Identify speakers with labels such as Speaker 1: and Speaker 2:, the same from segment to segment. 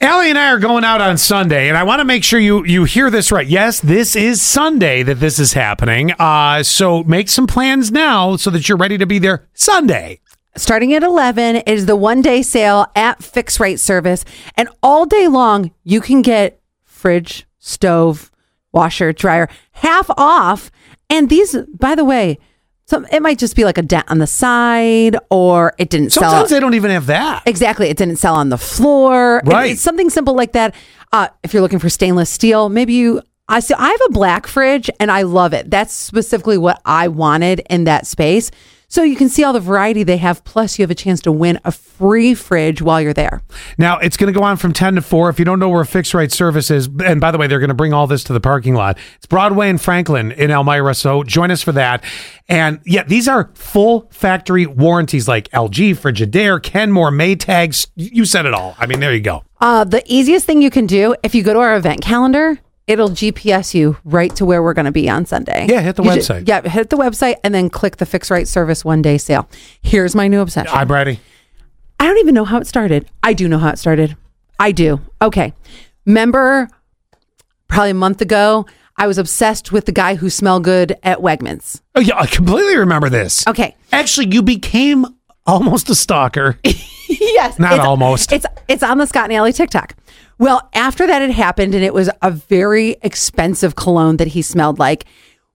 Speaker 1: Allie and I are going out on Sunday, and I want to make sure you you hear this right. Yes, this is Sunday that this is happening. Uh, so make some plans now so that you're ready to be there Sunday.
Speaker 2: Starting at 11 is the one day sale at Fix Rate Service. And all day long, you can get fridge, stove, washer, dryer half off. And these, by the way, some, it might just be like a dent on the side or it didn't sell.
Speaker 1: Sometimes they don't even have that.
Speaker 2: Exactly. It didn't sell on the floor. It-
Speaker 1: Right.
Speaker 2: it's something simple like that. Uh, if you're looking for stainless steel, maybe you. I so I have a black fridge and I love it. That's specifically what I wanted in that space. So you can see all the variety they have. Plus, you have a chance to win a free fridge while you're there.
Speaker 1: Now it's going to go on from ten to four. If you don't know where Fixed Right Service is, and by the way, they're going to bring all this to the parking lot. It's Broadway and Franklin in Elmira, so join us for that. And yeah, these are full factory warranties like LG, Frigidaire, Kenmore, Maytags. You said it all. I mean, there you go.
Speaker 2: Uh, the easiest thing you can do if you go to our event calendar, it'll GPS you right to where we're going to be on Sunday.
Speaker 1: Yeah, hit the
Speaker 2: You ju-
Speaker 1: website.
Speaker 2: yeah, hit the website and then click the Fix Right Service one day sale. Here's my new obsession.
Speaker 1: I'm ready.
Speaker 2: I don't even know how it started. I do know how it started. I do. Okay. Remember probably a month ago, I was obsessed with the guy who smelled good at Wegmans.
Speaker 1: Oh yeah, I completely remember this.
Speaker 2: Okay.
Speaker 1: Actually, you became almost a stalker.
Speaker 2: yes.
Speaker 1: Not almost.
Speaker 2: It's it's on the Scott and Alley TikTok. Well, after that had happened and it was a very expensive cologne that he smelled like.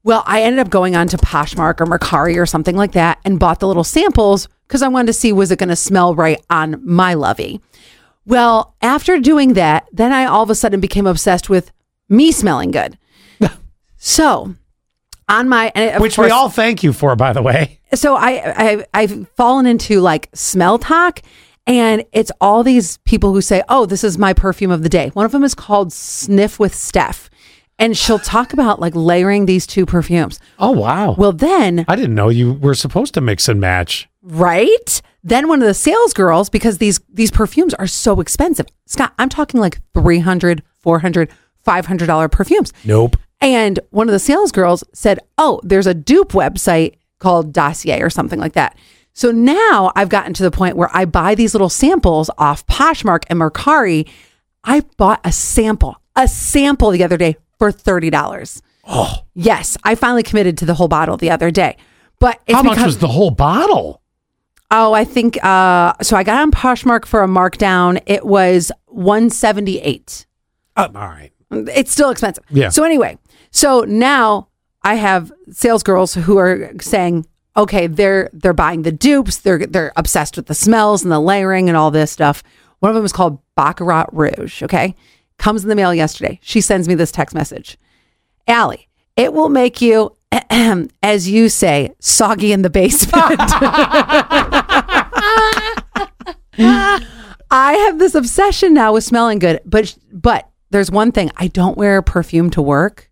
Speaker 2: Well, I ended up going on to Poshmark or Mercari or something like that and bought the little samples because I wanted to see was it going to smell right on my lovey. Well, after doing that, then I all of a sudden became obsessed with me smelling good. so, on my and of
Speaker 1: Which we
Speaker 2: course-
Speaker 1: all thank you for, by the way.
Speaker 2: so I, I I've fallen into like smell talk, and it's all these people who say, "Oh, this is my perfume of the day." One of them is called Sniff with Steph, and she'll talk about like layering these two perfumes.
Speaker 1: Oh wow.
Speaker 2: Well, then
Speaker 1: I didn't know you were supposed to mix and match.
Speaker 2: right then one of the sales girls because these these perfumes are so expensive. Scott, I'm talking like 300, 400, 500 dollar perfumes.
Speaker 1: Nope.
Speaker 2: And one of the sales girls said, Oh, there's a dupe website called Dossier or something like that. So now I've gotten to the point where I buy these little samples off Poshmark and Mercari. I bought a sample, a sample the other day for $30. Oh. Yes, I finally committed to the whole bottle the other day. But it's
Speaker 1: How much
Speaker 2: become-
Speaker 1: was the whole bottle?
Speaker 2: Oh, I think uh so I got on Poshmark for a markdown. It was 178. Uh,
Speaker 1: Um, all right.
Speaker 2: it's still expensive.
Speaker 1: Yeah.
Speaker 2: So anyway, so now I have sales girls who are saying, okay, they're they're buying the dupes. They're they're obsessed with the smells and the layering and all this stuff. One of them is called Baccarat Rouge. Okay, comes in the mail yesterday. She sends me this text message, Allie. It will make you, as you say, soggy in the basement. I have this obsession now with smelling good, but but there's one thing I don't wear perfume to work.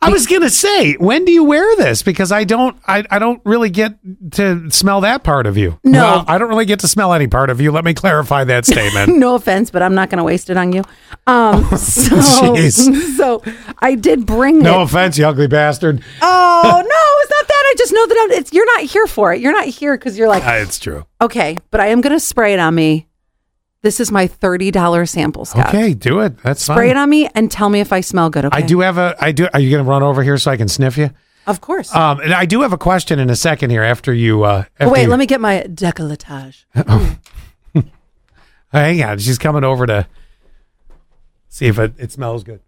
Speaker 1: I was gonna say, when do you wear this? Because I don't, I, I don't really get to smell that part of you.
Speaker 2: No.
Speaker 1: well, I don't really get to smell any part of you. Let me clarify that statement.
Speaker 2: No offense, but I'm not going to waste it on you. Um, so,
Speaker 1: Oh, Jeez.
Speaker 2: so I did bring
Speaker 1: no
Speaker 2: it.
Speaker 1: offense, you ugly bastard.
Speaker 2: Oh no, it's not that. I just know that I'm, it's, you're not here for it. You're not here because you're like
Speaker 1: Uh, it's true.
Speaker 2: okay, but I am going to spray it on me. This is my thirty dollar sample, Scott.
Speaker 1: Okay, do it. That's
Speaker 2: Spray
Speaker 1: fine.
Speaker 2: it on me and tell me if I smell good. Okay,
Speaker 1: I do have a. I do. Are you gonna run over here so I can sniff you?
Speaker 2: Of course.
Speaker 1: Um, and I do have a question in a second here after you. Uh,
Speaker 2: oh,
Speaker 1: after
Speaker 2: wait,
Speaker 1: you-
Speaker 2: let me get my décolletage.
Speaker 1: Oh, Hang on, she's coming over to see if it, it smells good.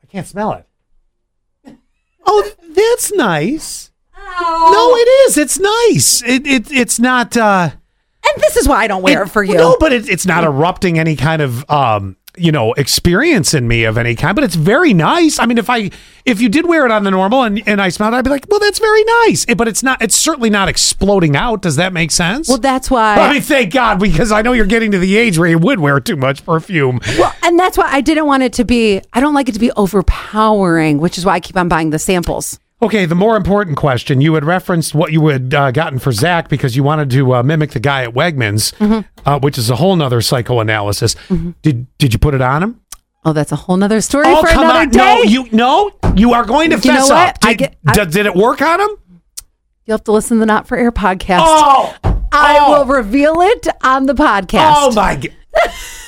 Speaker 1: I can't smell it. Oh, that's nice. No, it is. It's nice. It it it's not. uh
Speaker 2: And this is why I don't wear it,
Speaker 1: it-
Speaker 2: for you.
Speaker 1: No, but it, it's not erupting any kind of um you know experience in me of any kind. But it's very nice. I mean, if I if you did wear it on the normal and and I smelled, it, I'd be like, well, that's very nice. It- but it's not. It's certainly not exploding out. Does that make sense?
Speaker 2: well, that's why.
Speaker 1: I mean, thank God, because I know you're getting to the age where you would wear too much perfume.
Speaker 2: Well, and that's why I didn't want it to be. I don't like it to be overpowering, which is why I keep on buying the samples.
Speaker 1: Okay, the more important question you had referenced what you had uh, gotten for Zach because you wanted to uh, mimic the guy at Wegmans,
Speaker 2: Mm-hmm.
Speaker 1: uh, which is a whole nother psychoanalysis. Did did you put it on him?
Speaker 2: Oh, that's a whole nother story for another day.
Speaker 1: Oh, No, you no, you are going to
Speaker 2: You know
Speaker 1: fess
Speaker 2: what?
Speaker 1: up.
Speaker 2: I
Speaker 1: Did,
Speaker 2: get- I-
Speaker 1: did, did it work on him?
Speaker 2: You'll have to listen to the Not for Air podcast.
Speaker 1: Oh,
Speaker 2: I
Speaker 1: oh,
Speaker 2: will reveal it on the podcast.
Speaker 1: Oh my god.